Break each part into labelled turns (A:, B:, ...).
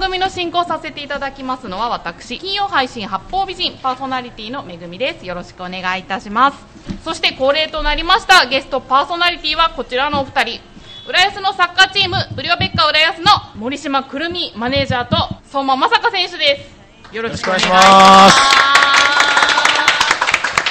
A: 組の進行をさせていただきますのは私金曜配信八方美人パーソナリティのめぐみですよろしくお願いいたしますそして恒例となりましたゲストパーソナリティはこちらのお二人浦安のサッカーチームブリオベッカ浦安の森島くるみマネージャーと相馬雅香選手ですよろしくお願いします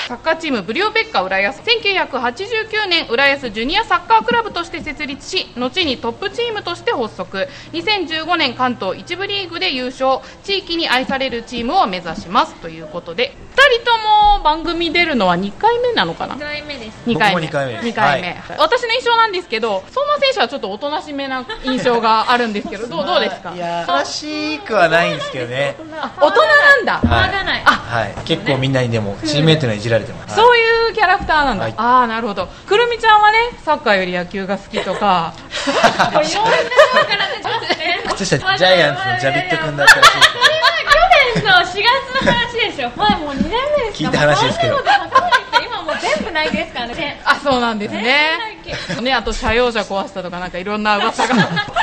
A: サッカーチームブリオベッカ浦安1989年浦安ジュニアサッカークラブとして設立し後にトップチームとして発足2015年関東一部リーグで優勝地域に愛されるチームを目指しますということで2人とも番組出るのは2回目なのかな
B: 二回目です。
A: 2回
C: 僕
A: 目
C: も二回目です
A: 二回目
C: はい
A: 私の印象なんですけど相馬選手はちょっとおとなしめな印象があるんですけどどうどうですか
C: いや悲しくはないんですけどね
A: あ大人なんだ、
C: はい
B: わがない。
A: あ
C: はい結構みんなにでもチームメイトにはいじられてます
A: そういうキャラクターなんだ、
C: はい
A: ああなるほどくるみちゃんはねサッカーより野球が好きと か
B: これいろんな人から出てますね。
C: 靴下ジャイアンツのジャビット君だったらしいですけど
B: 去年の4月の話でしょ。前もう2年目ですか。
C: 聞いた話ですけど
B: もうそんなことわかんない人今もう全部ないですからね。
A: あそうなんですね
B: 全然な
A: ねあと車用車壊したとかなんかいろんな噂 が
B: もういろんなと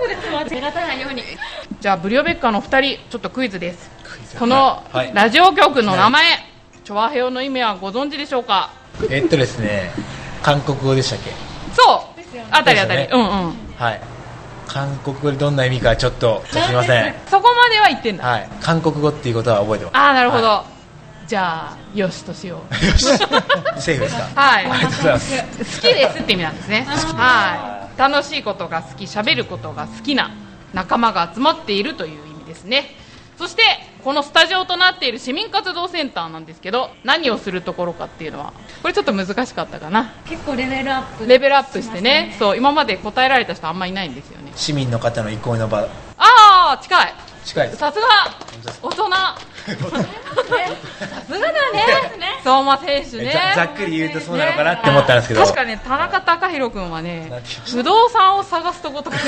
B: こでつまずがたないように。
A: じゃあブリオベッカの2人ちょっとクイズです
C: ズ
A: この
C: はい
A: ラジオ局の名前、チョアヘオの意味はご存知でしょうか
C: えっとですね韓国語でしたっけ
A: そう
B: ですよね
A: あたりあたり、
C: です
A: う
C: よ
A: んうん
C: はい韓国語でどんな意味かちょっとすみません
A: そこまでは言ってんだ、
C: はい韓国語っていうことは覚えてます
A: ああなるほど、
C: は
A: じゃあよしとしよ う
C: いよしセーフですか
A: はい
C: ありがとうございます
A: 好きですって意味なんですね。はい。楽しいことが好き、喋ることが好きな仲間が集まっているという意味ですね。そしてこのスタジオとなっている市民活動センターなんですけど、何をするところかっていうのは、これちょっと難しかったかな。
B: 結構レベルアップ。
A: レベルアップしてね、そう今まで答えられた人あんまりいないんですよね。
C: 市民の方の憩いの場
A: ああ、近い。
C: 近いです
A: さすが大人。
B: さすがだね。
A: 相馬選手ね。
C: ざざっくり言うとそうなのかなって思ったんですけど
A: 確かね田中貴弘君はね
C: なんて言いました
A: 不動産を探すとことか ね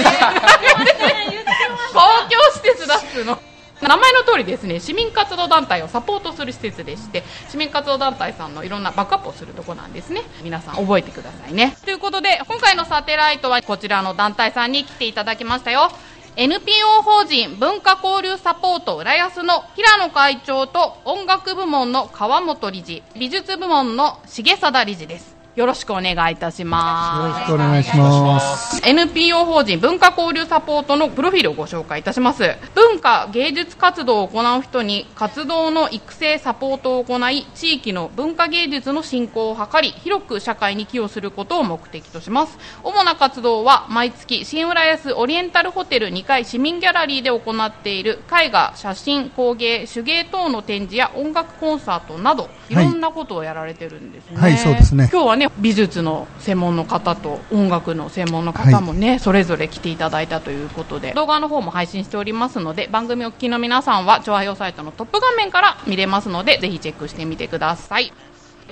A: 公共施設だっつうの名前の通りですね市民活動団体をサポートする施設でして市民活動団体さんのいろんなバックアップをするとこなんですね皆さん覚えてくださいねということで今回のサテライトはこちらの団体さんに来ていただきましたよ NPO 法人文化交流サポート浦安の平野会長と音楽部門の川本理事美術部門の重貞理事ですよろしくお願いいたします
D: よろしくお願いします。
A: NPO 法人文化交流サポートのプロフィールをご紹介いたします文化芸術活動を行う人に活動の育成サポートを行い地域の文化芸術の振興を図り広く社会に寄与することを目的とします主な活動は毎月新浦安オリエンタルホテル2階市民ギャラリーで行っている絵画写真工芸手芸等の展示や音楽コンサートなどいろんなことをやられてるんですね、
D: はいそうですね
A: 今日はね美術の専門の方と音楽の専門の方もね、それぞれ来ていただいたということで動画の方も配信しておりますので番組お聞きの皆さんは調和用サイトのトップ画面から見れますのでぜひチェックしてみてください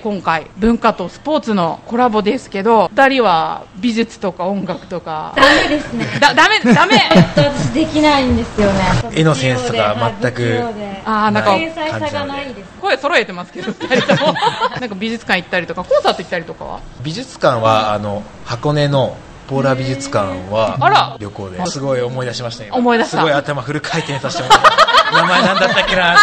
A: 今回文化とスポーツのコラボですけど2人は美術とか音楽とか
B: ダメですね。
A: だダメダメ
B: 私できないんですよね。
C: 絵のセンスとか全く
B: 不器用で
A: ああなんか
B: 天才さがないです。
A: 声揃えてますけど2人 ともなんか美術館行ったりとかコンサート行ったりとかは
C: 美術館はあの箱根のポーラ美術館
A: あら
C: は旅行ですごい思い出しましたよ
A: 思い出した
C: すごい頭フル回転させてもらった名前なんだったっけなって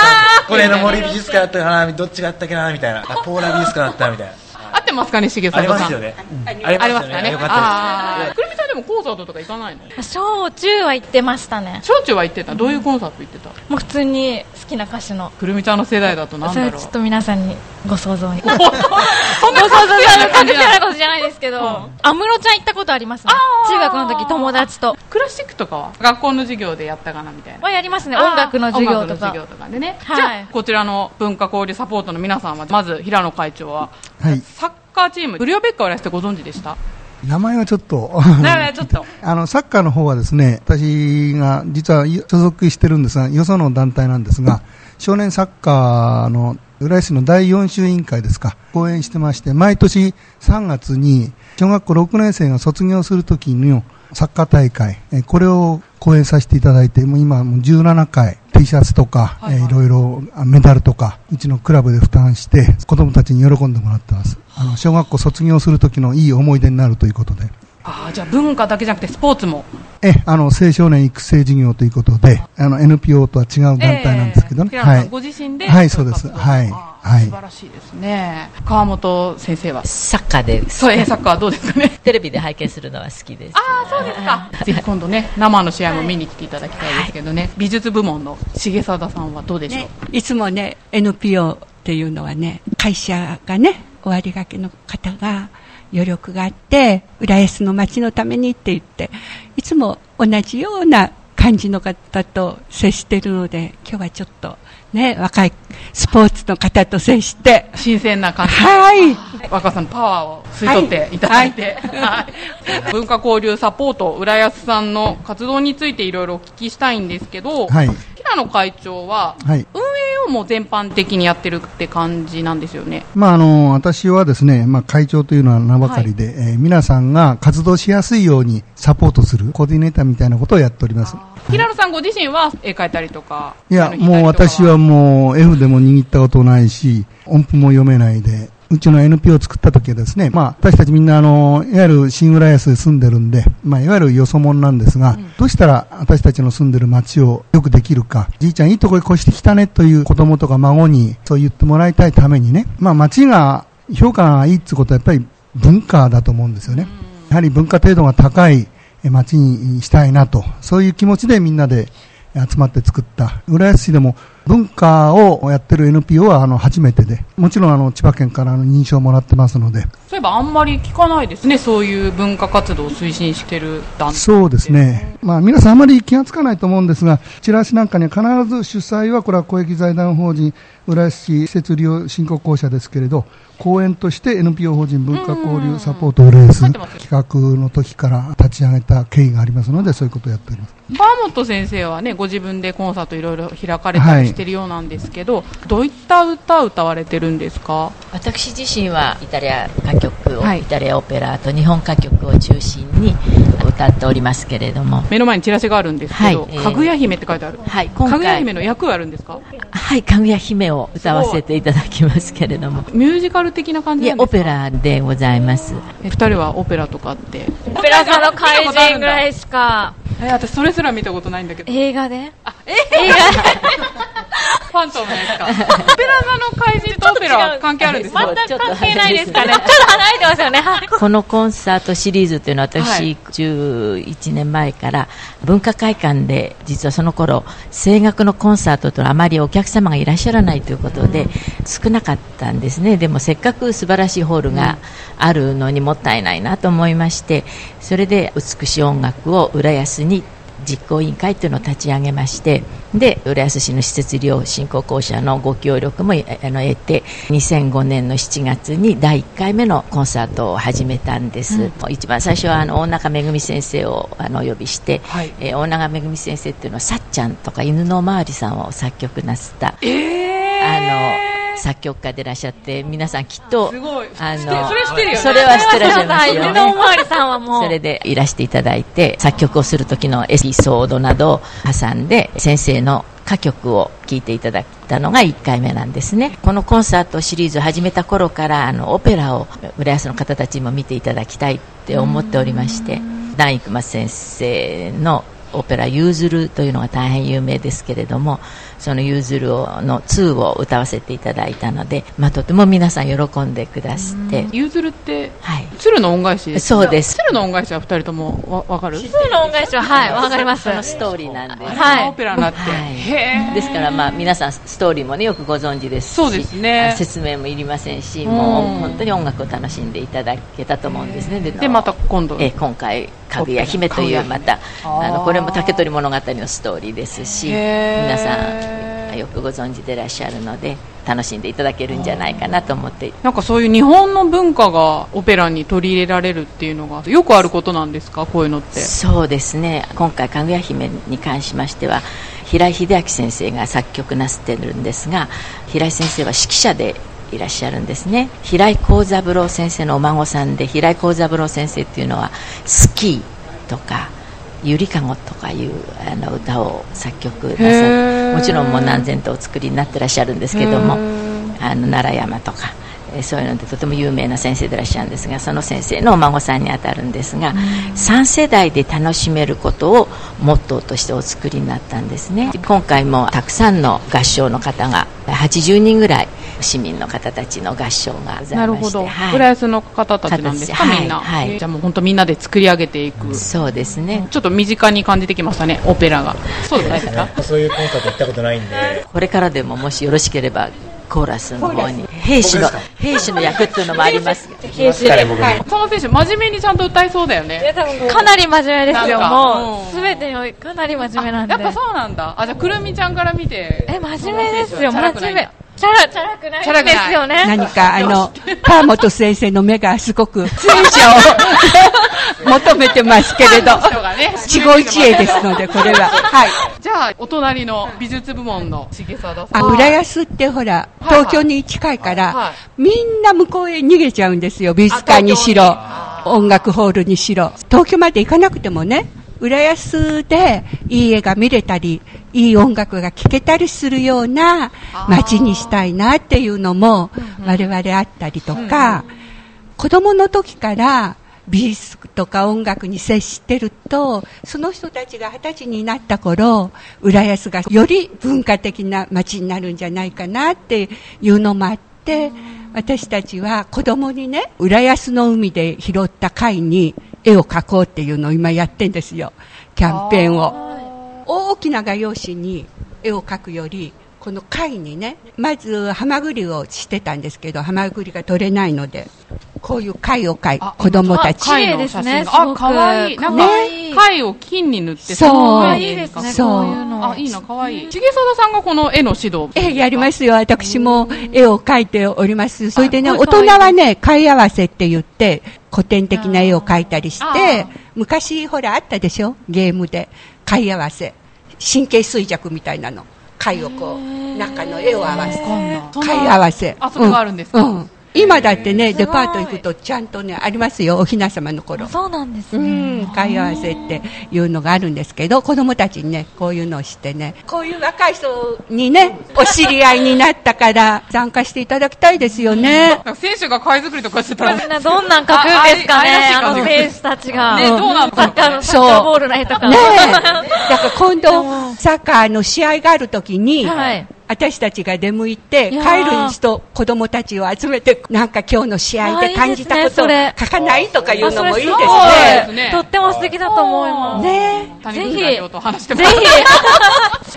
C: これの森美術館だったかなどっちがあったっけなみたいなあポーラ美術館だったみたいな
A: 合ってますかねしげさ
C: あ
A: ん
C: り
A: と
C: ます
A: か
C: よね
A: ありますか
C: よ
A: ね。
C: よかった
A: あーくるみちゃんでもコンサートとか行かないの
E: 小中は行ってましたね
A: 小中は行ってた。どういうコンサート行ってた
E: もう普通に好きな歌手の
A: くるみちゃんの世代だとなん
E: そ
A: だ
E: れ
A: ろう。
E: ちょ
A: そ
E: っと皆さんにご想像にご想
A: んな感じ
E: 像
A: な
E: に隠
A: 感
E: せ
A: じ
E: るようなことじゃないですけど安室ちゃん行ったことありますね
A: あー
E: 中学の時友達と
A: クラシックとかは学校の授業でやったかなみたいな。
E: はやりますね音楽の授業と
A: 音楽の授業
E: か
A: とかでね。
E: はい
A: じゃあ、こちらの文化交流サポートの皆さんは、まず平野会長は、
D: はい。
A: サッカーチーム、ブリオベッカをやらせてご存知でした
D: 名前はちょっと。
A: だからちょっと。
D: あの、サッカーの方はですね、私が実は所属してるんですが、よその団体なんですが、少年サッカーの浦安市の第4州委員会ですか、講演してまして、毎年3月に小学校6年生が卒業するときのサッカー大会、えこれを講演させていただいて、もう今もう17回 T シャツとか、
A: はいはい
D: えいろいろあメダルとか、うちのクラブで負担して、子供たちに喜んでもらってます。あの、小学校卒業するときのいい思い出になるということで。
A: ああじゃあ文化だけじゃなくてスポーツも
D: ええ、あの、青少年育成事業ということで、あの、NPO とは違う団体なんですけどね。
A: ええ平野
D: は
A: さ
D: い
A: ん。ご自身で
D: はいそうです
A: 部活動
D: はい
A: ああ
D: はい
A: 素晴らしいですね川本先生は
F: サッカーです。
A: そうええサッカーはどうですかね
F: テレビで拝見するのは好きです。
A: ああそうですか ぜひ今度ね生の試合も見に来ていただきたいですけどね、美術部門の重貞さんはどうでしょう、
G: ね、いつもね NPO っていうのはね会社がね終わりがけの方が余力があって浦安の町のためにって言っていつも同じような感じの方と接してるので今日はちょっとね若いスポーツの方と接して
A: 新鮮な感じ
G: はい
A: 若さんのパワーを吸い取っていただいて、はい文化交流サポート浦安さんの活動についていろいろお聞きしたいんですけど、
D: はい
A: 平野会長は、
D: はい
A: 運営をもう全般的にやってるって感じなんですよね。
D: まあ、あの、私はですね、まあ、会長というのは名ばかりで、えー皆さんが活動しやすいようにサポートする、コーディネーターみたいなことをやっております。
A: 平野さんご自身は絵描いたりとか、
D: いや、
A: ピアノ
D: もう
A: 弾いたりと
D: 私
A: か
D: はもう F でも握ったことないし、音符も読めないで、うちの NP を作った時はですね、まあ私たちみんなあの、いわゆる新浦安で住んでるんで、まあいわゆるよそ者なんですが、どうしたら私たちの住んでる街をよくできるか、じいちゃんいいとこへ越してきたねという子供とか孫にそう言ってもらいたいためにね、まあ街が評価がいいってことはやっぱり文化だと思うんですよね。やはり文化程度が高いえ街にしたいなと、そういう気持ちでみんなで集まって作った、浦安市でも文化をやってる NPO はあの初めてで、もちろんあの千葉県からあの認証をもらってますので、
A: そういえばあんまり聞かないですね、そういう文化活動を推進してる団体。
D: そうですね、まあ、皆さん、あまり気がつかないと思うんですが、チラシなんかには必ず主催は、これは公益財団法人浦安市施設利用振興公社ですけれど、公演として NPO 法人文化交流サポート浦安
A: うんうんうん
D: 企画の時から立ち上げた経緯がありますので、そういうことをやっております。
A: 川本先生はね、ご自分でコンサートいろいろ開かれたりしてるようなんですけど、どういった歌歌われてるんですか
F: 私自身はイタリア歌曲を、
A: はい
F: イタリアオペラと日本歌曲を中心に歌っておりますけれども。
A: 目の前にチラシがあるんですけど、
F: はいえー
A: かぐや姫って書いてある。
F: はい、今
A: かぐや
F: 回
A: 姫、の役をやるんですか
F: はい、かぐや姫を歌わせていただきますけれども。
A: ミュージカル的な感
F: い
A: じ
F: え
A: なん、で
F: オ
A: すか
F: ペラでございます。
A: え二人はオペラとかって。
E: オペラ座の怪人ぐらいしか。
A: え、私それすら見たことないんだけど。
E: 映画で
A: 映画 ファントムですか。オペラ座の怪人とオペラは関係あるんですか
F: 全く
E: 関係ないですかね。ちょっと離れてますよね。はい
F: このコンサートシリーズというのは私、
A: はい
F: 11年前から文化会館で実はその頃声楽のコンサートというのはあまりお客様がいらっしゃらないということで、少なかったんですねでもせっかく素晴らしいホールがあるのにもったいないなと思いましてそれで美しい音楽を浦安に実行委員会というのを立ち上げましてで浦安市の施設利用振興公社のご協力もえあの得て2005年の7月に第1回目のコンサートを始めたんです、一番最初はあの大中めぐみ先生をあのお呼びして、
A: はい
F: えー大中めぐみ先生っていうのはさっちゃんとか犬のおまわりさんを作曲なすった、あの作曲家でいらっしゃって皆さんきっと
A: すごい。
F: あの
A: してそれしてるよね
F: それはしてらっしゃいますよね
E: 犬のおまわりさんはもう。
F: それでいらしていただいて作曲をする時のエピソードなどを挟んで先生の歌曲を聴いていただいたのが1回目なんですねこのコンサートシリーズを始めた頃からあのオペラを浦安の方たちにも見ていただきたいって思っておりまして段生松先生のオペラ「ユーズル」というのが大変有名ですけれどもその「ユーズル」の2を歌わせていただいたので、まあ、とても皆さん喜んでくださって、
A: ゆずるって、
F: はい、
A: 鶴の恩返しです。
F: そうです
A: 鶴の恩返しは二人ともわわかる
E: 普通の恩返しは、はい、わかります
F: そ。のストーリーなんです、
E: はい
A: オペラになって。
F: はい
A: へ
F: ですから、まあ、皆さんストーリーも、ね、よくご存知ですし
A: そうですね
F: あ説明もいりませんし、
A: ん
F: もう本当に音楽を楽しんでいただけたと思うんですねで
A: え。で、また今度。
F: えー今回「かぐや姫」というまた
A: あー
F: あのこれも「竹取物語」のストーリーですし
A: へー
F: 皆さんよくご存知でいらっしゃるので楽しんでいただけるんじゃないかなと思って
A: なんかそういう日本の文化がオペラに取り入れられるっていうのがよくあることなんですかこういうのって。
F: そうですね今回「かぐや姫」に関しましては平井秀明先生が作曲なすってるんですが平井先生は指揮者でいらっしゃるんですね平井幸三郎先生のお孫さんで平井幸三郎先生っていうのはスキーとかゆりかごとかいうあの歌を作曲なさっ
A: へー
F: もちろんもう何千とお作りになってらっしゃるんですけどもあの奈良山とかえーそういうのでとても有名な先生でいらっしゃるんですがその先生のお孫さんにあたるんですが、3世代で楽しめることをモットーとしてお作りになったんですね今回もたくさんの合唱の方が80人ぐらい市民の方たちの合唱がございまして
A: なるほど、
F: はい
A: 浦安の方たちなんですか、
F: はい
A: みんな、
F: はい
A: えーじゃあもう本当みんなで作り上げていく、ち
F: そうですね、
A: ょっと身近に感じてきましたねオペラがそうじゃないですか
C: そういうコンサート行ったことないんで
F: これからでももしよろしければコーラスの方に兵士の
C: 僕です
F: 兵士の役っていうのもありますが
C: 行きますから僕も
A: その選手真面目にちゃんと歌いそうだよね
E: かなり真面目ですよ、
A: なんか
E: も
A: うん
E: う。すべてにおいかなり真面目なんで
A: やっ。ぱそうなんだあじゃあくるみちゃんから見て
E: え、真面目ですよ、
A: チャラ
E: 真
A: くないん
E: 面目
A: だ。
E: チャラ、チャラくない
A: チャラくな
E: で
A: い
E: すよね。
G: 何 かあの、川本先生の目がすごく、 成長を求めてますけれど、
A: 人がね
G: 一期一会ですので、これ は。はい。
A: じゃあお隣の美術部門の重貞さ
G: あ、
A: ん
G: 浦安ってほら、
A: いはい
G: 東京に近いから、
A: はい
G: みんな向こうへ逃げちゃうんですよ。美術館にしろ、音楽ホールにしろ。東京まで行かなくてもね、浦安でいい絵が見れたり、いい音楽が聴けたりするような街にしたいなっていうのも、我々あったりとか、子供の時から美術とか音楽に接してるとその人たちが二十歳になった頃浦安がより文化的な街になるんじゃないかなっていうのもあって私たちは子供にね浦安の海で拾った貝に絵を描こうっていうのを今やってんですよキャンペーンを。大きな画用紙に絵を描くよりこの貝にねまずハマグリをしてたんですけどハマグリが取れないのでこういう貝を描い
A: あ
G: 子供たち
E: あ
A: 貝の写真があ、かわいい。なんか、貝を金に塗って、
G: そう
A: の上に
E: いいですね、
G: そう
E: こういうの。
A: あ、いいな、かわいい。重貞さんがこの絵の指導。
G: ええやりますよ私も絵を描いておりますそれでね
A: あ
G: 大人はね貝合わせって言って古典的な絵を描いたりし
A: あ
G: て
A: ー
G: 昔ほらあったでしょゲームで貝合わせ神経衰弱みたいなの貝をこう中の絵を合わせて
A: わかんないそんな
G: 貝合わせ。
A: あそれがあるんですか
G: ううん今だってね、デパート行くとちゃんとね、ありますよ、おひな様の頃。
E: そうなんです
G: う
E: ね。
G: ん、貝合わせっていうのがあるんですけど、子供たちにね、こういうのをしてね、こういう若い人にね、お知り合いになったから、参加していただきたいですよね。
A: なんか選手が貝作りとかしてたら、
E: みんなどんなん描くんですかね
A: ああい
E: あ
A: あいらしい感じ
E: の選手たちが。
A: ねどうなの
E: サッカーの、サ
G: そう
E: ッカーボールの絵とか。
G: ねえ。だから今度、サッカーの試合があるときに、
E: はい
G: 私たちが出向いて、
E: いや
G: 帰
E: ー
G: る人、子供たちを集めて、なんか今日の試合
E: あーい
G: で
E: い
G: 感じたことを
E: ですねそ
G: 書かないとかいう
E: あ
G: の
E: そ
G: もいい
E: れ
G: ですす
E: ごい
A: そうです
G: ね。
A: ね
E: とっても素敵だと思います。
G: ねえ
A: 谷口代表と話しても
E: ぜひ、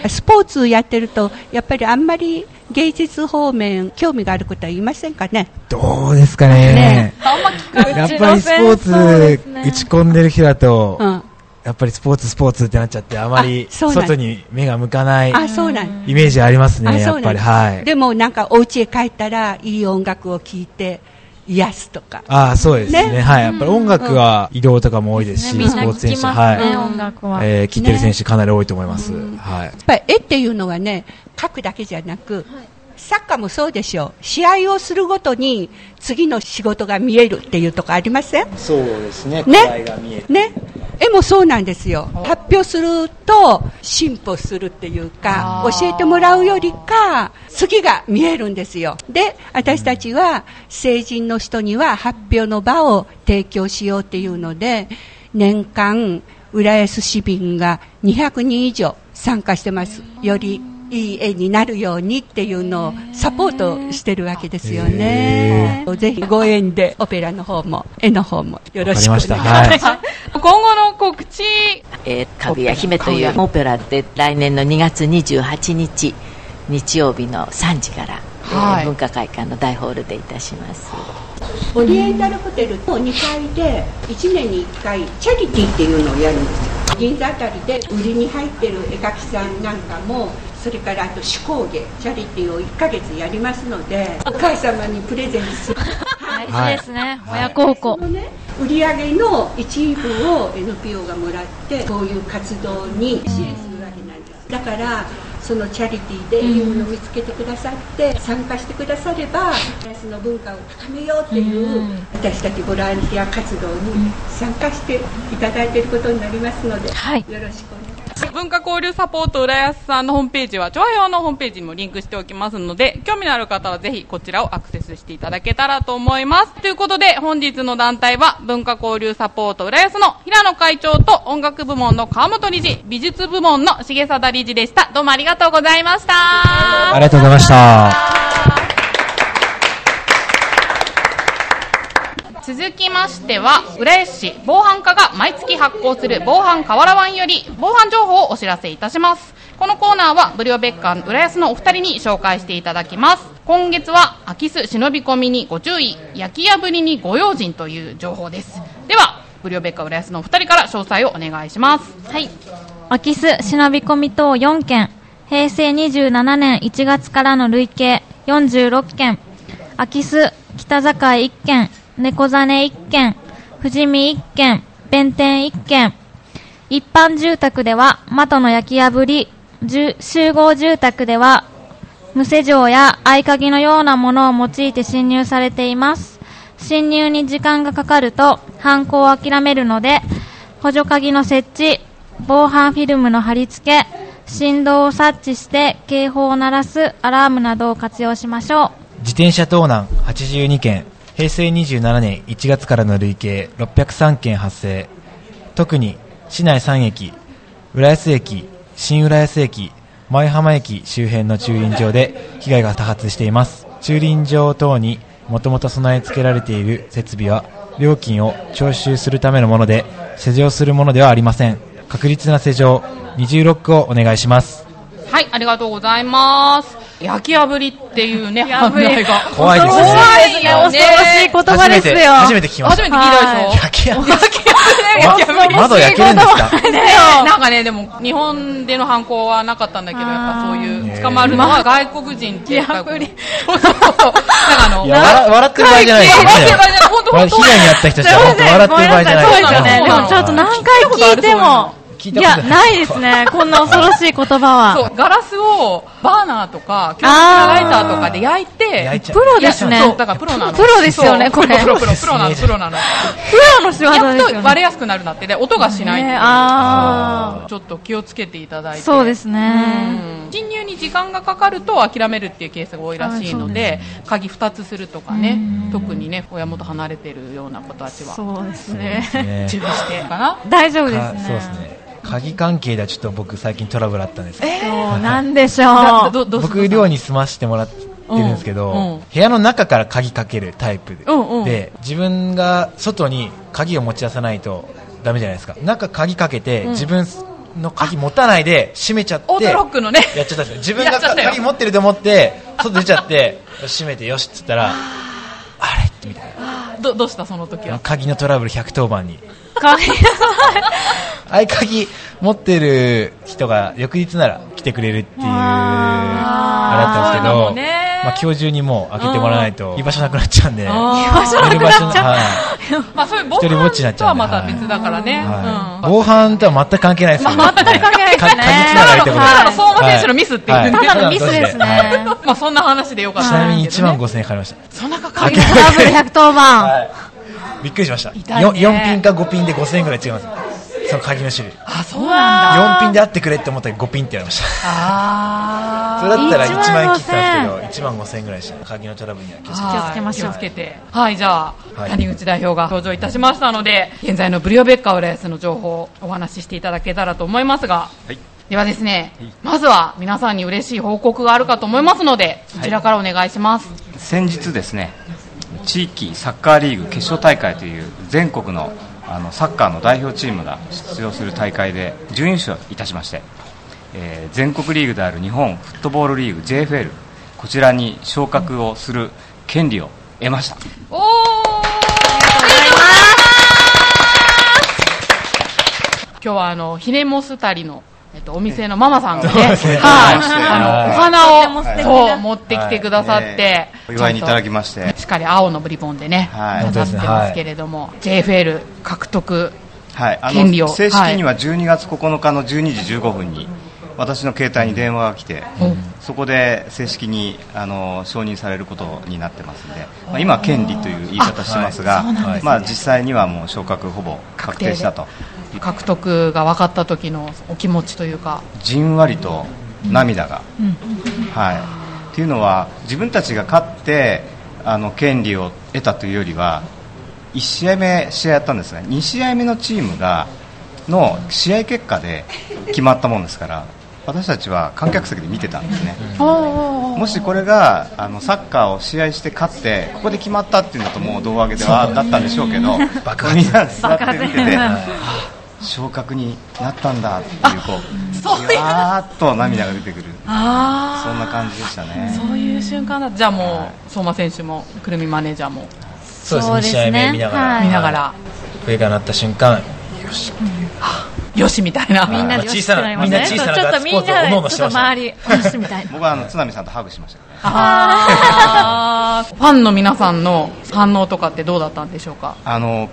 G: スポーツやってると、やっぱりあんまり芸術方面、興味があることはいませんかね。
H: どうですかね
A: あんま聞か
H: やっぱりスポーツ打ち込んでる日だと、
G: うん。
H: やっぱりスポーツスポーツってなっちゃってあまり
G: あそうなん
H: 外に目が向かない
G: あ、そうなん。
H: イメージあります
G: あ
H: ねや
G: そう
H: っ
G: な
H: ぱ
G: ん
H: りはい
G: でもなんかお家へ帰ったら、いい音楽を聴いて、癒すとか。
H: あそうですね
G: ね
H: はいやっぱり音楽は移動とかも多いですし、
E: みん
H: スポ
E: な
H: ーツ
E: 聞
H: 選
E: き
H: 手
E: ます
H: はい
E: ね、音楽は。
H: えー切ってる選手かなり多いと思います、はい
G: やっぱり絵っていうのはね、描くだけじゃなく、サッカーもそうでしょう、試合をするごとに次の仕事が見えるっていうとこありません
C: そうですね
G: ね
C: 課題が見える
G: ね、 絵もそうなんですよ、発表すると進歩するっていうか、教えてもらうよりか、次が見えるんですよ、で私たちは成人の人には発表の場を提供しようっていうので、年間、浦安市民が200人以上参加してます、よりいい絵になるようにっていうのをサポートしてるわけですよね、ぜひご縁でオペラの方も絵の方もよろ
H: わか
G: し
H: り
G: くお願
H: ま
G: い
H: し
G: しま
H: た
G: す。
H: はい
A: 今後の告知、
F: えーかぐや姫というオペラで来年の2月28日日曜日の3時から、えー
A: はい
F: 文化会館の大ホールでいたします
G: オリエンタルホテルの2階で1年に1回チャリティーっていうのをやるんですよ銀座あたりで売りに入ってる絵描きさんなんかもそれからあと手工芸チャリティーを1ヶ月やりますのでお母様にプレゼントする
E: 大事ですね。親孝
G: そ
E: 行
G: の。ね売り上げの一部を NPO がもらってそういう活動に支援するわけなんですだからそのチャリティーでいいものを見つけてくださって、参加してくださればその文化を高めようっていう、私たちボランティア活動に参加していただいていることになりますので、
E: はい
G: よろしくお願いします
A: 文化交流サポート浦安さんのホームページは、調和表のホームページにもリンクしておきますので、興味のある方はぜひこちらをアクセスしていただけたらと思います。ということで、本日の団体は、文化交流サポート浦安の平野会長と音楽部門の川本理事、美術部門の重貞理事でした。どうもありがとうございました。
H: ありがとうございました。
A: 続きましては浦安市防犯課が毎月発行する防犯河原湾より防犯情報をお知らせいたしますこのコーナーはブリオベッカン浦安のお二人に紹介していただきます今月は空き巣忍び込みにご注意焼き破りにご用心という情報ですではブリオベッカ浦安のお二人から詳細をお願いします
E: はい。空き巣忍び込み等4件、平成27年1月からの累計46件、空き巣北境1件、猫ザネ1件、富士見1件、弁天1件、一般住宅では的の焼き破り、住集合住宅では無施錠や合鍵のようなものを用いて侵入されています。侵入に時間がかかると犯行を諦めるので、補助鍵の設置、防犯フィルムの貼り付け、振動を察知して警報を鳴らすアラームなどを活用しましょう。
H: 自転車盗難82件平成27年1月からの累計603件発生特に市内3駅浦安駅新浦安駅舞浜駅周辺の駐輪場で被害が多発しています駐輪場等にもともと備え付けられている設備は料金を徴収するためのもので施錠するものではありません確実な施錠二重ロックをお願いします
A: はいありがとうございます焼き破りっていうね犯罪が
H: 怖いですね
A: いよね
H: 言葉ですよ初めて聞きまし
A: 初め
H: た
A: て聞いたでしょ
H: 焼き破り
A: 焼き破り
H: ま窓焼けるんで すか
A: ねなんかね、でも日本での犯行はなかったんだけど、やっぱそういう、捕まるのは外国人って、やっぱり、そうそうそう、なんかあの、
H: いや、笑笑ってる場合じゃないですよね。
A: 笑ってる場合じゃない本当
H: こ
A: 本
H: れ
A: 当
H: 被害に遭った人たちは本当笑ってる場合じゃない
A: ごめんなさいそうなのねでもちょ
E: っと何回聞いても、
H: 聞いたことない。
E: いですね。こんな恐ろしい言葉は。
A: そうガラスをバーナーとか、キャラライターとかで焼いて、
H: 焼いちゃう
E: プロですね
A: そうだからプロなの。
E: プロですよね
A: そう
E: これ
A: プロプロプロなの、プロなの。
E: プロの仕業
A: 焼
E: で
A: く
E: す
A: と
E: よ
A: 割
E: ね。
A: れやすくなるんだって、で、音がしないってい
E: ね
A: う
E: あ
A: ちょっと気をつけていただい
E: ー
A: て。
E: そうですね。
A: うん侵入に時間がかかると諦めるっていうケースが多いらしいので鍵2つするとかね特にね親元離れてるような子たちは
E: そうですね。
H: ね
A: 注意してかな
E: 大丈夫です
H: か
E: ね。
H: そうですね。鍵関係ではちょっと僕最近トラブルあったんですけど、
E: そうなんでしょ
A: だ
E: う。
A: どどうする
H: 僕寮に住ましてもらってるんですけど、
A: うんうん
H: 部屋の中から鍵かけるタイプで,、
A: うんうん
H: で自分が外に鍵を持ち出さないとダメじゃないですか中鍵かけて、自分の鍵持たないで閉めちゃって
A: オートロックのね
H: やっちゃったんですよ自分
A: や
H: が
A: っちゃったよ
H: 鍵持ってると思って外出ちゃって閉めてよしっつったらあれみたい
A: どどうしたその時
H: な
A: は
H: 鍵のトラブル110番に合鍵持ってる人が翌日なら来てくれるっていうあれだったんですけ
A: そういうの
H: ど
A: もね
H: まあ、今日中にもう開けてもらわないと居場所なくなっちゃうんで居
A: あ
H: 所なくなっちゃ
A: ーまあそういう防
H: 一人ぼっちに
A: 犯
H: なっち
A: と
H: ゃ
A: は
H: うんで
A: また別だからね
H: はい
A: うん
H: 防犯とは全く関係ないですよね
A: まあ全く関係ないですね
H: か鍵つながりってことで
A: ただの相馬選手のミスっていうね
H: は
A: た
E: だのミスですね
H: はい
A: まあそんな話でよかっ
H: ち
A: た
H: なみ
A: ん
H: に
A: です
H: 1
A: けどね
H: 万5000円かかりまし
A: そんなか
H: た
A: かる
E: トラブル110番。
H: はいびっくりしました
A: 痛いね
H: 4, 品か5品で5000円ぐらい違いますその鍵の種類
A: あそうなんだ
H: 4品であってくれって思ったら5品ってやりました
A: あ
H: それだったら1万円切ってたん
E: 1
H: ですけど1万5000円ぐらいでした鍵のトラブルには気をつけて
A: ー
E: 気をつけましょう
A: 気をつけてはいじゃあ、
H: はい
A: 谷口代表が登場いたしましたので現在のブリオベッカ浦安の情報をお話ししていただけたらと思いますが、
I: はい
A: ではですね、まずは皆さんに嬉しい報告があるかと思いますのでそちらからお願いします、
I: 先日ですね地域サッカーリーグ決勝大会という全国のあのサッカーの代表チームが出場する大会で準優勝いたしまして、えー全国リーグである日本フットボールリーグ JFL こちらに昇格をする権利を得ました
A: おー今日はあのひねもすたりの、えっと、お店のママ さんがね、はい、あのお花を、そう持ってきてくださって、
J: お祝いにいただきまして、
A: しっかり青のリボンでね、
J: はい
A: 飾ってますけれども、JFL 獲得、
J: はい、あ
A: 権利を
J: の正式には12月9日の12時15分に、
I: 私の携帯に電話が来て、
A: うん
I: そこで正式にあの承認されることになってますので、まあ、今は権利という言い方してますが、まあ、実際にはもう昇格ほぼ確定したと
A: 獲得が分かった時のお気持ちというか
I: じんわりと涙が、はい、っていうのは自分たちが勝ってあの権利を得たというよりは1試合目試合やったんですが2試合目のチームがの試合結果で決まったもんですから私たちは観客席で見てたんですね。もしこれがあのサッカーを試合して勝ってここで決まったっていうのともう胴上げではだったんでしょうけど 爆発みんな座って見ててはあ昇格になったんだっていうこうじわーっと涙が出てくるそん
A: あ
I: な感じでしたね
A: そういう瞬間だったじゃあもう、
I: は
A: 相馬選手もくるみマネージャーも
H: そうです
E: そう
H: ね、2
E: です
H: 試
E: ね
H: 合目見ながら、
E: はい
A: 見ながら、
H: 笛が鳴った瞬間、
A: よしみたいな
E: みんなで
H: 小さな、みんな小さなガッツポーズをおのおのしてましたね。
E: り、私みたいな。
I: 僕はあの津波さんとハグしましたけどね
A: あーファンの皆さんの反応とかってどうだったんでしょうか
I: あの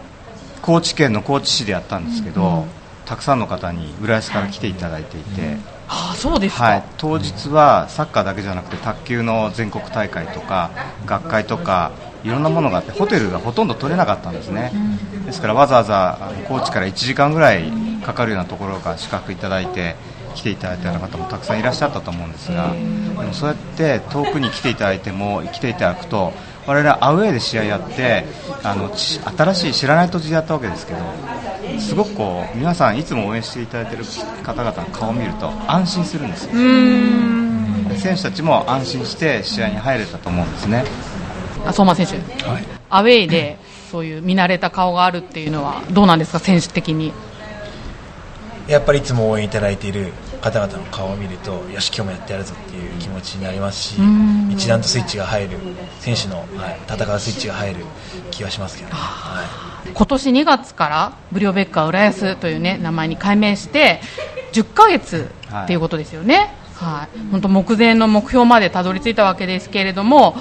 I: 高知県の高知市でやったんですけど、たくさんの方に浦安から来ていただいていて、
A: あーそうですか、
I: はい、当日はサッカーだけじゃなくて卓球の全国大会とか学会とかいろんなものがあってホテルがほとんど取れなかったんですねですからわざわざあの高知から1時間ぐらいかかるようなところが資格いただいて来ていただいたような方もたくさんいらっしゃったと思うんですがでもそうやって遠くに来ていただいても来ていただくと我々アウェーで試合やってあのち新しい知らない土地でやったわけですけどすごくこう皆さんいつも応援していただいている方々の顔を見ると安心するんですよ選手たちも安心して試合に入れたと思うんですね
A: あ相馬選手、アウェーでそういう見慣れた顔があるっていうのはどうなんですか、選手的に。
H: やっぱりいつも応援いただいている方々の顔を見ると、よし、今日もやってやるぞっていう気持ちになりますし、一段とスイッチが入る、選手の、はい、戦うスイッチが入る気はしますけどね。はい
A: 今年2月からブリオベッカ浦安という、ね、名前に改名して10ヶ月っていうことですよね。はい、本当目前の目標までたどり着いたわけですけれども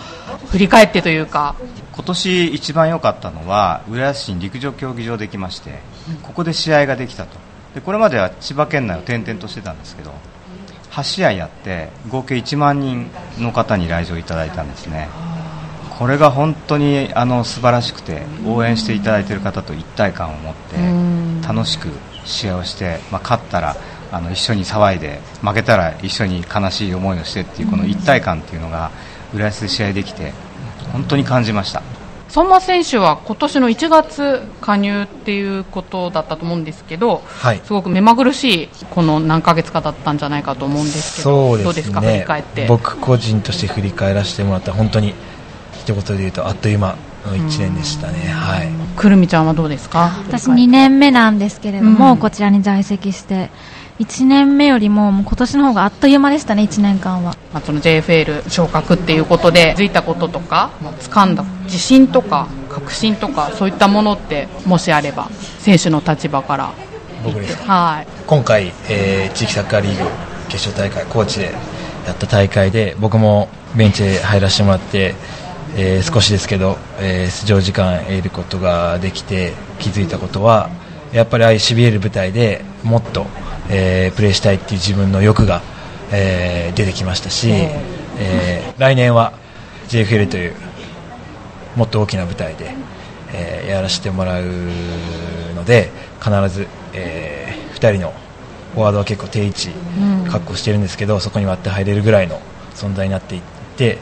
A: 振り返ってというか
I: 今年一番良かったのは浦安市に陸上競技場できましてここで試合ができたとでこれまでは千葉県内を転々としてたんですけど8試合やって合計1万人の方に来場いただいたんですねこれが本当にあの素晴らしくて応援していただいている方と一体感を持って楽しく試合をして、まあ、勝ったらあの一緒に騒いで負けたら一緒に悲しい思いをしてっていうこの一体感っていうのが浦安で試合できて本当に感じました。
A: 相馬選手は今年の1月加入っていうことだったと思うんですけど、
H: はい
A: すごく目まぐるしいこの何ヶ月かだったんじゃないかと思うんですけど
H: そう
A: どう
H: で
A: ですす
H: ね
A: か、振り返って。
H: 僕個人として振り返らせてもらったら本当に一言で言うとあっという間の1年でしたね、はい、
A: くるみちゃんはどうですか
E: 私2年目なんですけれども、
A: うん
E: こちらに在籍して1年目よりももう今年の方があっという間でしたね1年間は
A: まあ、その JFL 昇格っていうことで気づいたこととかもう掴んだ自信とか確信とかそういったものってもしあれば選手の立場から
H: 僕ですか
A: はい
H: 今回、えー地域サッカーリーグ決勝大会高知でやった大会で僕もベンチで入らせてもらって、えー少しですけど、えー出場時間得ることができて気づいたことはやっぱりああいうしびれる舞台でもっと、えープレーしたいっていう自分の欲が、えー出てきましたし、えー来年は JFL というもっと大きな舞台で、えーやらせてもらうので必ず、え2人のフォワードは結構定位置確保してるんですけど、そこに割って入れるぐらいの存在になっていって、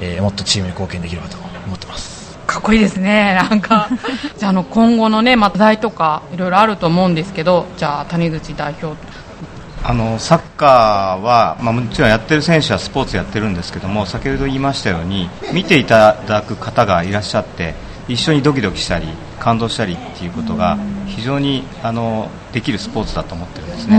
H: えーもっとチームに貢献できればと思ってます。
A: かっこいいですねなん かじゃああの今後のねまあ課題とかいろいろあると思うんですけどじゃあ谷口代表
I: あのサッカーは、まあ、もちろんやってる選手はスポーツやってるんですけども先ほど言いましたように見ていただく方がいらっしゃって一緒にドキドキしたり感動したりっていうことが非常にあのできるスポーツだと思ってるんですね、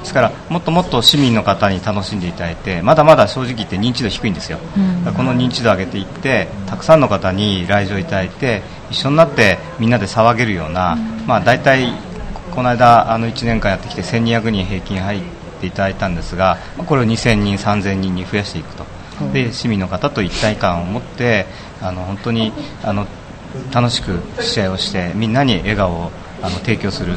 I: ですからもっともっと市民の方に楽しんでいただいてまだまだ正直言って認知度低いんですよ、だからこの認知度を上げていってたくさんの方に来場いただいて一緒になってみんなで騒げるような、まあ、大体この間あの1年間やってきて1200人平均入っていただいたんですがまあこれを2000人、3000人に増やしていくとで市民の方と一体感を持ってあの本当にあの楽しく試合をしてみんなに笑顔をあの提供する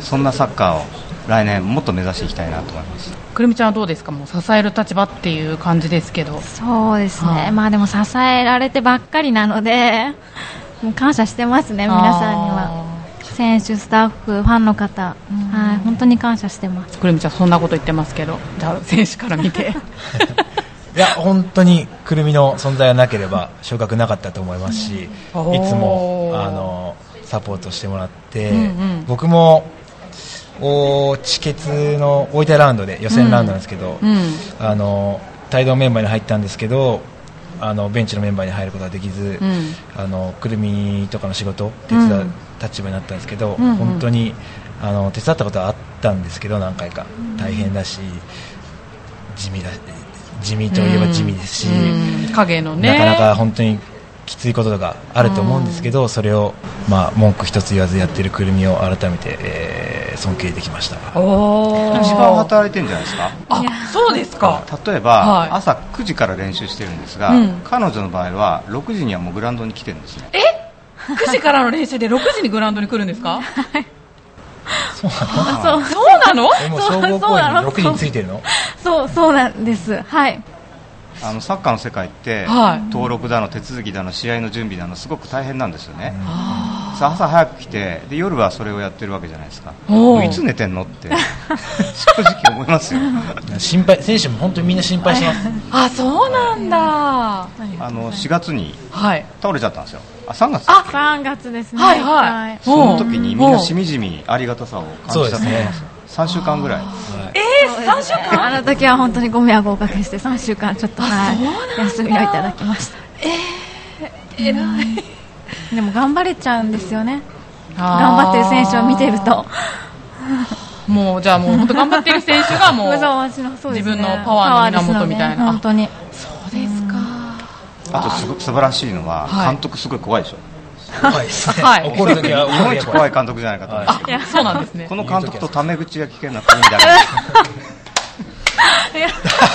I: そんなサッカーを来年もっと目指していきたいなと思います
A: くるみちゃんはどうですかもう支える立場っていう感じですけど
E: そうですね、
A: はい
E: まあでも支えられてばっかりなので、 もう感謝してますね、皆さんには。選手、スタッフ、ファンの方、はい、本当に感謝してます。
A: くるみちゃんそんなこと言ってますけどじゃあ選手から見て
H: いや本当にくるみの存在がなければ昇格なかったと思いますしいつ
A: おー
H: もあのサポートしてもらって、
A: うんうん
H: 僕もお地決の大分ラウンドで予選ラウンドなんですけ ど、
A: うん
H: あの帯同メンバーに入ったんですけどあのベンチのメンバーに入ることはできず、
A: うん
H: あのくるみとかの仕事を手伝う立場になったんですけど、
A: うんうん
H: 本当にあの手伝ったことはあったんですけど何回か大変だし地味だ地味といえば地味ですし、
A: うん影のね
H: なかなか本当にきついことがあると思うんですけど、それを、まあ、文句一つ言わずやってるくるみを改めて、えー尊敬できました。
A: おー
I: 一番働いてるんじゃないですか
A: あそうですか
I: 例えば、
A: はい
I: 朝9時から練習してるんですが、
A: うん
I: 彼女の場合は6時にはもうグラウンドに来てるんですね
A: 9時からの練習で6時にグラウンドに来るんですか
E: あそう
A: そうなの
H: えもう総合公演に6人ついてるの
E: そう、そうなんです。はい。
I: あのサッカーの世界って、
A: はい
I: 登録だの手続きだの試合の準備だのすごく大変なんですよね、さあ朝早く来てで夜はそれをやってるわけじゃないですか
A: おー
I: もういつ寝てんのって 正直思いま すよ
H: 心配選手も本当にみんな心配してます
A: あそうなんだ
I: あの4月に
A: はい
I: 倒れちゃったんですよあ3月
A: あ
E: 3月ですね。
A: はいはい
I: その時にみんなし
A: み
I: みじみありがたさを感じたと思います
H: そう
I: 3週間ぐらい
E: 3週間あの時は本当にご迷惑をおかけして、3週間ちょっと、はい、休みをいただきました。ええ偉い。でも頑張れちゃうんですよね。頑張ってる選手を見てると。
A: もうじゃあもう本当頑張ってる選手が もう
E: そう私のそうですね
A: 自分のパワーの源みたいな
E: パワーですよね本当に。
A: そうですか
I: あとすご素晴らしいのは
A: はい
I: 監督すごい怖いでしょ
H: 怖いですね、
A: はい
H: 怒るときは
I: 日本一怖い
H: か
I: 監督じゃないかと思うんですけ
A: あそうなんですね
I: どこの監督とタメ口が聞けるのは国だけ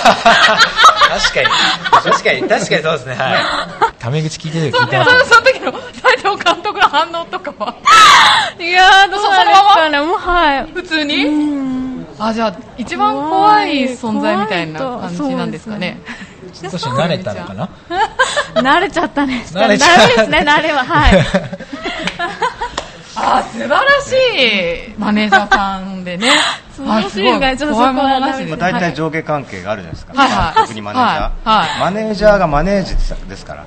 H: 確かに確かに確かにそうですねはいタメ口聞いてる時聞いてます
A: そその時の斎藤監督の反応とか はい
E: やー、どう
A: なんですか
E: ね。もう、はい。
A: 普通にあじゃあ一番怖い存在みたいな感じなんですかね
H: 少し慣れたのかな
E: 慣れちゃったね。
H: 慣れちゃ
E: ダメ
H: った
E: ですね、慣れ は。はい。
A: あ素晴らしいマネージャーさんでね
E: 素晴らしい
A: あすご
E: ねちょっとそこ
A: 怖
E: はい
A: ものなし
I: ま
A: で
I: あ、大体上下関係があるじゃないですか、
A: はいはい
I: 監督にマネージャー、
A: はいは
I: マネージャーがマネージですから、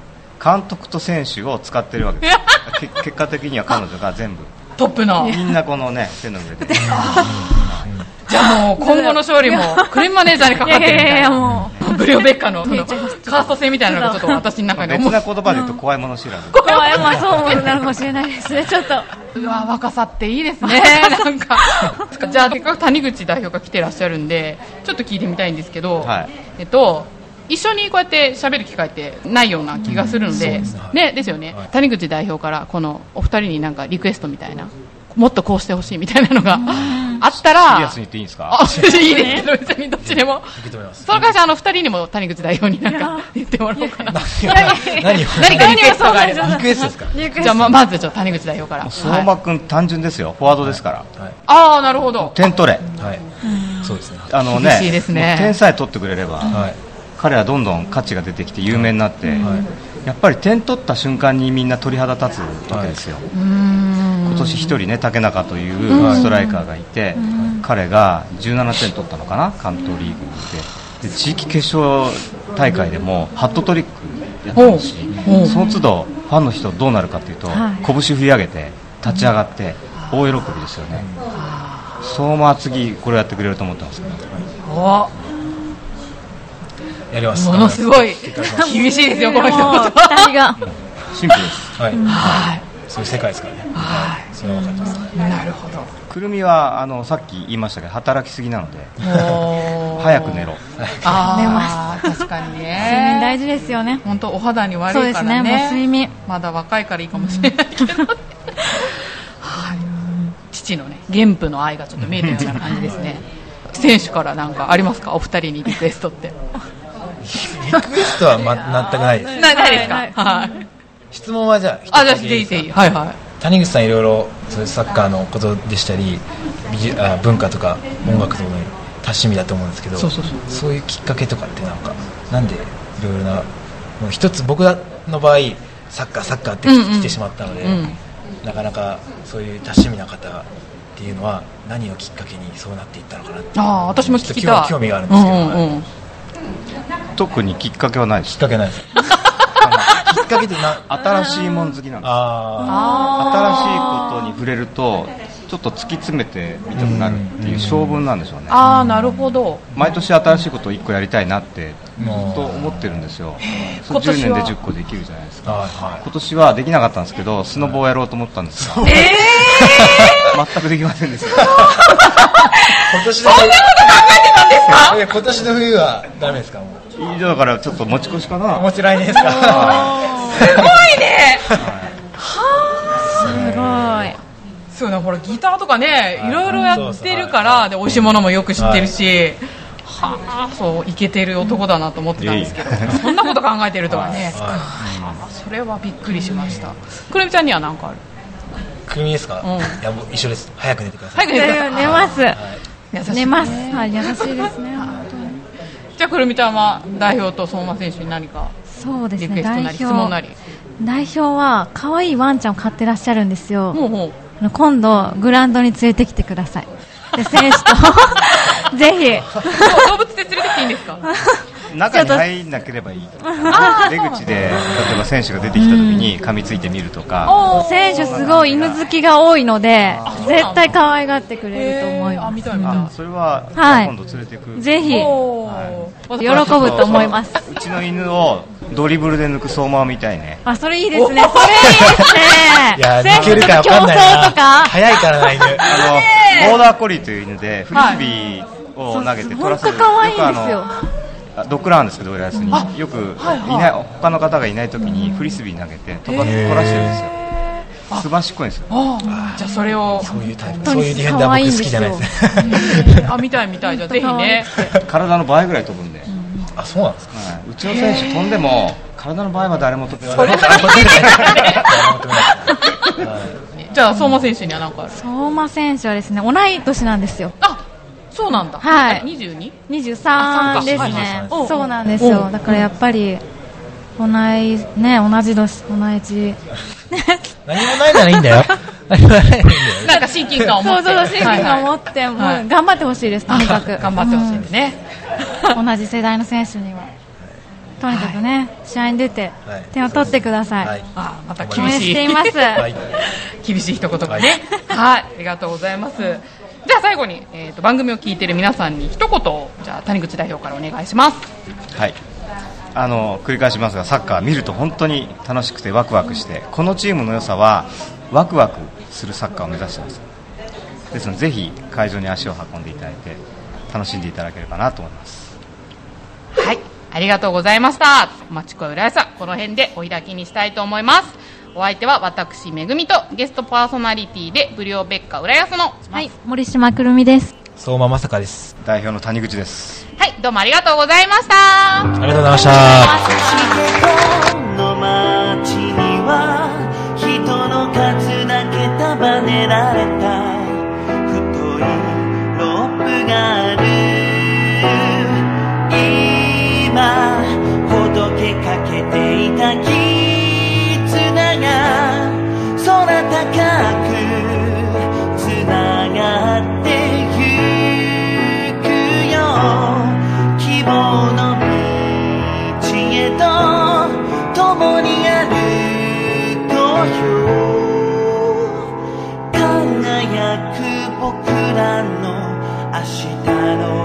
I: 監督と選手を使ってるわけ ですよ、け結果的には彼女が全部、
A: トップの
I: みんなこのね、手の 上で、
A: じゃあもう今後の勝利もクレーンマネージャーにか
E: い
A: かっ
E: やい
A: てるみ
E: やい
A: たい
E: や、
A: な
E: もう。
A: ブリオベッカのその
E: 見え
A: カ
E: ちゃいます
A: ースト制みたいなのがちょっと私の中に
I: 別
A: 思
I: な
A: う
I: 言葉で言うと怖いもの知らず、
E: これは、まあ、そう思うなのかもしれないですね、ちょっと。
A: うわ若さっていいですねなんかじゃあせっかく谷口代表が来てらっしゃるんでちょっと聞いてみたいんですけど、
I: はい
A: えっと一緒にこうやって喋る機会ってないような気がするので、
H: うんそうですねはい
A: ねですよね、
H: はい
A: 谷口代表からこのお二人になんかリクエストみたいなもっとこうしてほしいみたいなのがあった
I: シ
A: ら
I: リアスに言っていいんですか、
A: あいいですけど別にどっちでも
H: 受け止めます
A: その会社あの二人にも谷口代表になんか言ってもらおうかな
H: 何を
A: 何かリクエストがあれば
H: リクエストですか
E: リクエス
A: じゃあままずちょっと谷口代表から
I: 相馬君、単純ですよ、フォワードですから、
H: はい
A: ああなるほど
I: 点取れ、
H: はいそうですねは
I: あの
A: 厳
I: ね
A: しいですね
I: もう点さえ取ってくれれば、
H: い
I: 彼はどんどん価値が出てきて、有名になって、
H: はい
I: やっぱり点取った瞬間にみんな鳥肌立つわけですよ。今年1人ね竹中という
H: はい
I: ストライカーがいて、彼が17点取ったのかな関東リーグでで地域決勝大会でもハットトリックやってるし
A: おうおう
I: その都度ファンの人どうなるかというと、拳振り上げて立ち上がって大喜びですよね相馬は次これやってくれると思ってますけど
A: お
H: やります
A: ものすごい 厳しいですよこの一言
E: もう期 待が。
I: シンプルです
H: はいそういう世界ですからねはいそれは分かります
A: なるほど
I: くるみはあのさっき言いましたけど働きすぎなので
A: 早
I: 早く寝ろ
A: ああ確かに
E: 睡眠大
A: ね
E: 事ですよね。
A: 本当お肌に悪
E: そう
A: い
E: で
A: か
E: す
A: ら
E: ね、もう睡
A: ね
E: 眠。
A: まだ若いからいいかもしれないけどはい父のね原父の愛がちょっと見えたような感じですね選手からなんかありますかお二人にリクエストって
H: リクエストはま全くないです
A: なないですかはい
H: 質問はじゃあ一つ
A: あじゃ
H: だ
A: あ
H: け
A: ぜ
H: いい
A: ひ
H: ですか
A: ぜひはいはい
H: 谷口さんいろいろそういうサッカーのことでしたり美術あ文化とか音楽とかの多趣味だと思うんですけど
J: そうそうそう
H: いうきっかけとかってなんかなんでいろいろなもう一つ僕の場合サッカーサッカーって
A: うんうん
H: 来てしまったので、
A: うん
H: なかなかそういう多趣味な方っていうのは何をきっかけにそうなっていったのかなって
A: ああ私も聞き
H: ちょ
A: た
H: っと
A: い
H: 興味があるんですけど、
A: うんうんうん
H: はい
I: 特にきっかけはない で
H: きっ
I: す
H: かけないですきっかけってな
I: 新しいもん好きなんです
H: あ
I: 新しいことに触れるとちょっと突き詰めてみたくなるっていう性分なんでしょうね
A: ああなるほど
I: 毎年新しいことを1個やりたいなってずっと思ってるんですよそう10年
A: 今
I: で
A: 年は
I: 10個できるじゃないです
H: ー
I: か
H: あーはい
I: 今年はできなかったんですけどスノボをやろうと思ったんです が全くできませんでした
H: 今年のそんなこと考えてたんですか今年の冬はダメですかもう
I: 以上だからちょっと持ち越しかな
H: お持ち来年ですか
A: そうだほらギターとかね
H: はい
A: いろいろやってるからで美味しいものもよく知ってるしはあそういけてる男だなと思ってたんですけどそんなこと考えてるとはねあそれはびっくりしましたくるみちゃんには何かある
H: 国ですか、
A: うん
H: いやもう一緒です早く寝てください、
A: 早く寝てください
E: 寝ます。
A: 優しい
E: 寝ます。はい、優しいですね。
A: じゃあくるみちゃんは代表と相馬選手に何か
E: そうです
A: リク
E: ね、
A: エスト
E: 代
A: なり
E: 表。
A: 質問なり
E: 代表は可愛いワンちゃんを飼ってらっしゃるんですよ。
A: もう もう
E: あの今度グラウンドに連れてきてください。で選手とぜ
A: 動物で連れてきていいんですか
I: 中に入んなければいい出口で例えば選手が出てきた時に噛みついてみるとか
E: ひ選手すごい犬好きが多いので
A: そうなんだ
E: 絶対可愛がってくれると思い
A: へーあ
E: ま
A: 見
E: す。
A: たい見たい
I: あそれは、
E: はい
I: 今度連れていく
E: ぜひ喜
A: おー
E: ぶと思います。
I: うちの犬をドリブルで抜く相馬を見たいね
E: あ、それいいですね。それいい
H: い
E: です
H: や
E: ね。
H: 抜けるか
E: 競
H: 分か
E: 争
H: んないな
E: とか。
H: 早いからな犬
I: あのボーダーコリーという犬でフリスビーを投げて取らせる、
E: 本当可愛いんですよ
I: くあのあドッグランですけど浦安によくいない、他の方がいない時にフリスビー投げて取ら取らせるんですよすばしっこいんですよ
A: あーじゃあそれを
H: そういうタイ
E: 本
H: プそ
E: 当
H: う
E: に
H: いうディフェンダー僕好きじゃないですね
A: あ見たい見たいじゃあぜひね
I: 体の倍ぐらい飛ぶんで、う
H: あそうなんですか
I: はいうちの選手飛んでも体の倍は誰も飛べない
A: じゃあ相馬選手には何かある
E: 相馬選手はですね、同い年なんですよ。
A: あそうなんだ
E: はい
A: え 22? あ
E: 23
A: そう
E: です
A: か
E: ね。
A: 23
E: そうなんですよ。だからやっぱり同いね同じ年同じ。
H: 何もないならいいんだよ 何もないならい いんだよ
A: なんか親近感を持
E: そ
A: って
E: うそうそう、親近感を持
A: っ
E: って、もう
A: はい
E: 頑張ってほしいです、とにかく。
A: 頑張ってほしいですね
E: うん同じ世代の選手には。とにかくね、試合に出て
H: はい、
E: 点を取ってくださ
H: はい
E: い。
A: あまた
E: 応
A: 厳
E: 援
A: し
E: し
A: い
E: ています。
H: はい
A: 厳しい一言がねはいありがとうございますじゃあ最後に、えー、と番組を聞いている皆さんに一言をじゃあ谷口代表からお願いします
I: はい、あの繰り返しますがサッカー見ると本当に楽しくてワクワクしてこのチームの良さはワクワクするサッカーを目指していますですのでぜひ会場に足を運んでいただいて楽しんでいただければなと思います
A: はい、ありがとうございました。町子浦安さん、この辺でお開きにしたいと思います。お相手は私めぐみとゲストパーソナリティでブリオベッカ浦安のは
E: はいい、、森島くるみです。
H: 相馬まさかです
I: 代表の谷口です
A: はい、どうもありがとうございました。
H: ありがとうございました
K: の街には人の数だけ束ねられた太いロープがある今ほどけかけていた絆が空高くつながってゆくよ希望の道へと共に歩こうよ輝く僕らの明日の